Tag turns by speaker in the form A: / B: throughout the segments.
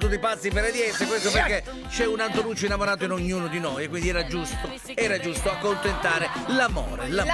A: tutti pazzi per Ediese, questo perché c'è un Antonuccio innamorato in ognuno di noi, e quindi era giusto, era giusto accontentare l'amore, l'amore.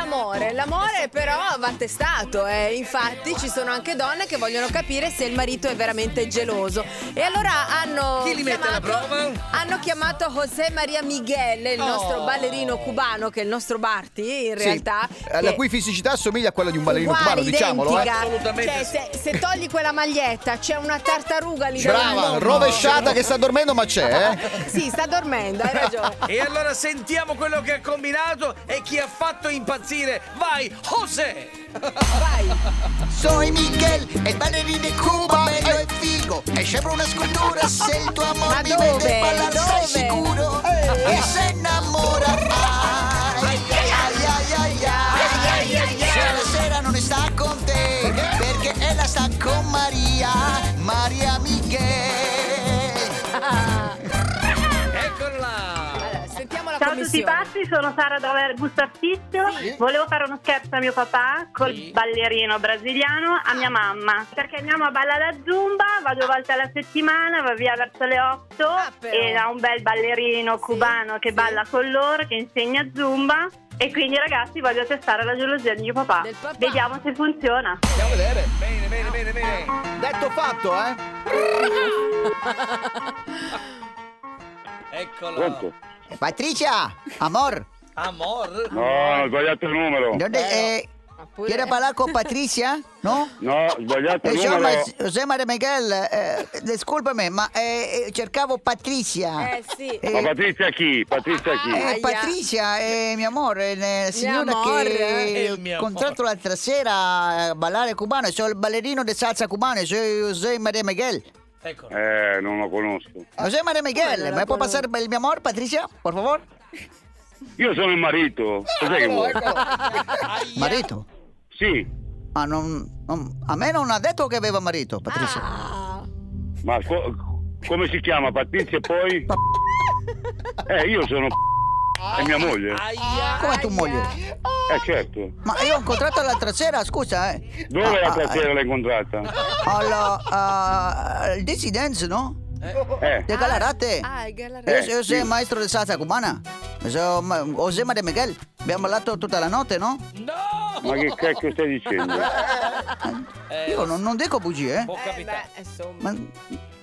B: L'amore, l'amore però va testato, eh. infatti ci sono anche donne che vogliono capire se il marito è veramente geloso. E allora hanno
A: Chi li mette alla
B: chiamato,
A: prova?
B: hanno chiamato José Maria Miguel, il nostro ballerino cubano, che è il nostro Barty in
C: Sì, Eh,
B: realtà.
C: la
B: che-
C: cui fisicità somiglia a quella di un ballerino
B: uguale,
C: cubano, diciamolo. Eh.
B: identica.
A: Assolutamente
B: Cioè,
A: sì.
B: se, se togli quella maglietta c'è una tartaruga lì dentro.
C: Brava, rovesciata che sta dormendo, ma c'è, eh.
B: Sì, sta dormendo, hai ragione.
A: E allora sentiamo quello che ha combinato e chi ha fatto impazzire. Vai, José!
B: Vai.
D: Soy Miguel, el bailarín de Cuba, bello e figo. Esce per una scultura, se il tuo
B: Ma
D: amore mi vede
B: dove?
D: ballare sei
B: Dove?
D: sicuro. E se innamora, ai ai ai ai ai ai, ai. Se la sera non sta con te, perché ella sta con Maria, Maria Miguel.
A: Eccolo là!
B: Ah, Allora, sentiamo la
E: Ciao a tutti
B: commissione.
E: pazzi, sono Sara da Gusto Artistico.
B: Sì.
E: Volevo fare uno scherzo a mio papà col
A: Sì.
E: ballerino brasiliano a mia mamma. Perché mia mamma balla la zumba, va due volte alla settimana, va via verso le 8
B: Ah, però.
E: e ha un bel ballerino
B: Sì,
E: cubano che
B: sì.
E: balla con loro, che insegna zumba. E quindi ragazzi voglio testare la gelosia di mio papà.
B: Del papà.
E: Vediamo se funziona.
C: Andiamo a vedere.
A: Bene, bene, bene, bene.
C: Detto fatto, eh.
A: Eccolo.
F: Pronto?
D: Patricia, amor,
A: Amor.
F: No, ho sbagliato il numero.
D: ¿dónde eh,
B: Ma pure-
D: quieres hablar con Patricia? ¿No?
F: No, ho sbagliato il
D: Insomma,
F: numero.
D: José Maria Miguel, eh, discolpami, ma eh, eh, cercavo Patricia.
B: Eh sì.
F: Ma Patrizia chi? Patrizia chi?
D: Eh,
B: Aia.
D: Patricia, eh, mio amore, eh, signora
B: amore.
A: Eh,
D: che
A: mio
D: ho contratto l'altra sera a ballare cubano, sono il ballerino di salsa cubano, sono José Maria Miguel.
A: Eccolo.
F: Eh, non lo conosco.
D: José
B: Eh,
D: Maria Miguel, ¿me può passare il mio amore, Patricia, per favore?
F: Io sono il marito. Cos'è che vuoi?
D: Marito?
F: Sì,
D: Ah, non- non- a me non ha detto che aveva marito, Patricia.
B: Ah.
F: ma co- come si chiama Patrizia e poi? Eh, io sono e mia moglie.
A: Aia.
D: Come tu moglie?
F: Eh, certo.
D: Ma io ho incontrato l'altra sera, scusa, eh.
F: Dove
D: Ah,
F: la
D: ah,
F: sera l'hai incontrata?
D: Alla, ah, il Dizzy Dance, no?
F: Eh,
D: De Galarate.
B: Ah, il galarate.
D: Io,
F: Eh,
D: io sono
F: sì.
D: il maestro di salsa cubana. Sono ma- José Maria Miguel. Abbiamo ballato tutta la notte, no?
A: No!
F: ma che cacchio stai dicendo?
A: Eh,
D: Io non, non dico bugie, eh.
A: Può capitare.
B: beh, insomma.
D: Ma,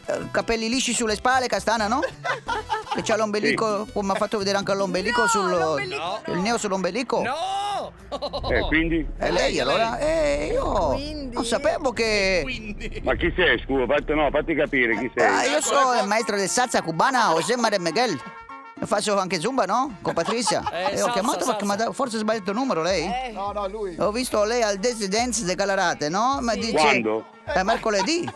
D: eh, capelli lisci sulle spalle, castana, no? Che c'ha l'ombelico, come ha fatto vedere anche l'ombelico
B: No,
D: sul.
B: l'ombelico
A: no.
D: Il neo sull'ombelico.
A: No!
F: Eh, quindi?
D: E lei allora? Eh, io.
B: Quindi?
D: Non sapevo che.
A: Quindi.
F: Ma chi sei, scusa? Fatti- no, fatti capire chi
D: Ah,
F: sei.
D: io sono il maestro di salsa cubana, José Maria Miguel. Io faccio anche zumba, no? Con Patrizia.
A: Eh,
D: e ho
A: salsa,
D: chiamato perché mi ha
A: salsa.
D: dato- forse ho sbagliato il numero lei.
B: Eh,
C: No, no, lui.
D: Ho visto lei al Dance Dance di Calarate, no? Ma dice
F: Quando?
D: Eh, mercoledì.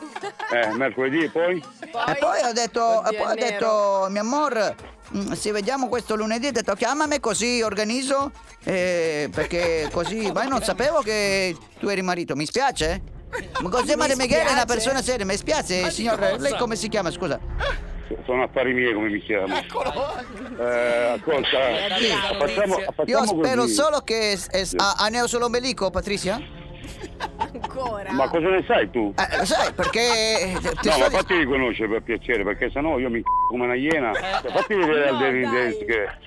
F: Eh, mercoledì e poi?
D: E poi ho detto,
B: Oddio,
D: e poi ho
B: è nero.
D: detto mio amor, mm, se vediamo questo lunedì, ho detto chiamami così organizzo, eh, perché così, ma io non sapevo che tu eri marito, mi spiace. Ma José Maria Miguel è una
B: spiace.
D: persona seria, mi spiace, signor, lei come si chiama, scusa?
F: So- Sono affari miei come mi chiamo. Eh, ascolta, facciamo, facciamo
D: Io spero
F: così.
D: solo che s- es- ha, ha neo solo ombelico, Patrizia.
B: ancora.
F: Ma cosa ne sai tu?
D: Eh, lo sai, perché... eh, ti
F: No,
D: sto
F: ma
D: dic-
F: fatti riconoscere per piacere, perché sennò io mi c***o come una iena.
D: Eh,
F: Cioè, fatti
B: No,
F: vedere al Daily
B: dai.
F: Dance che,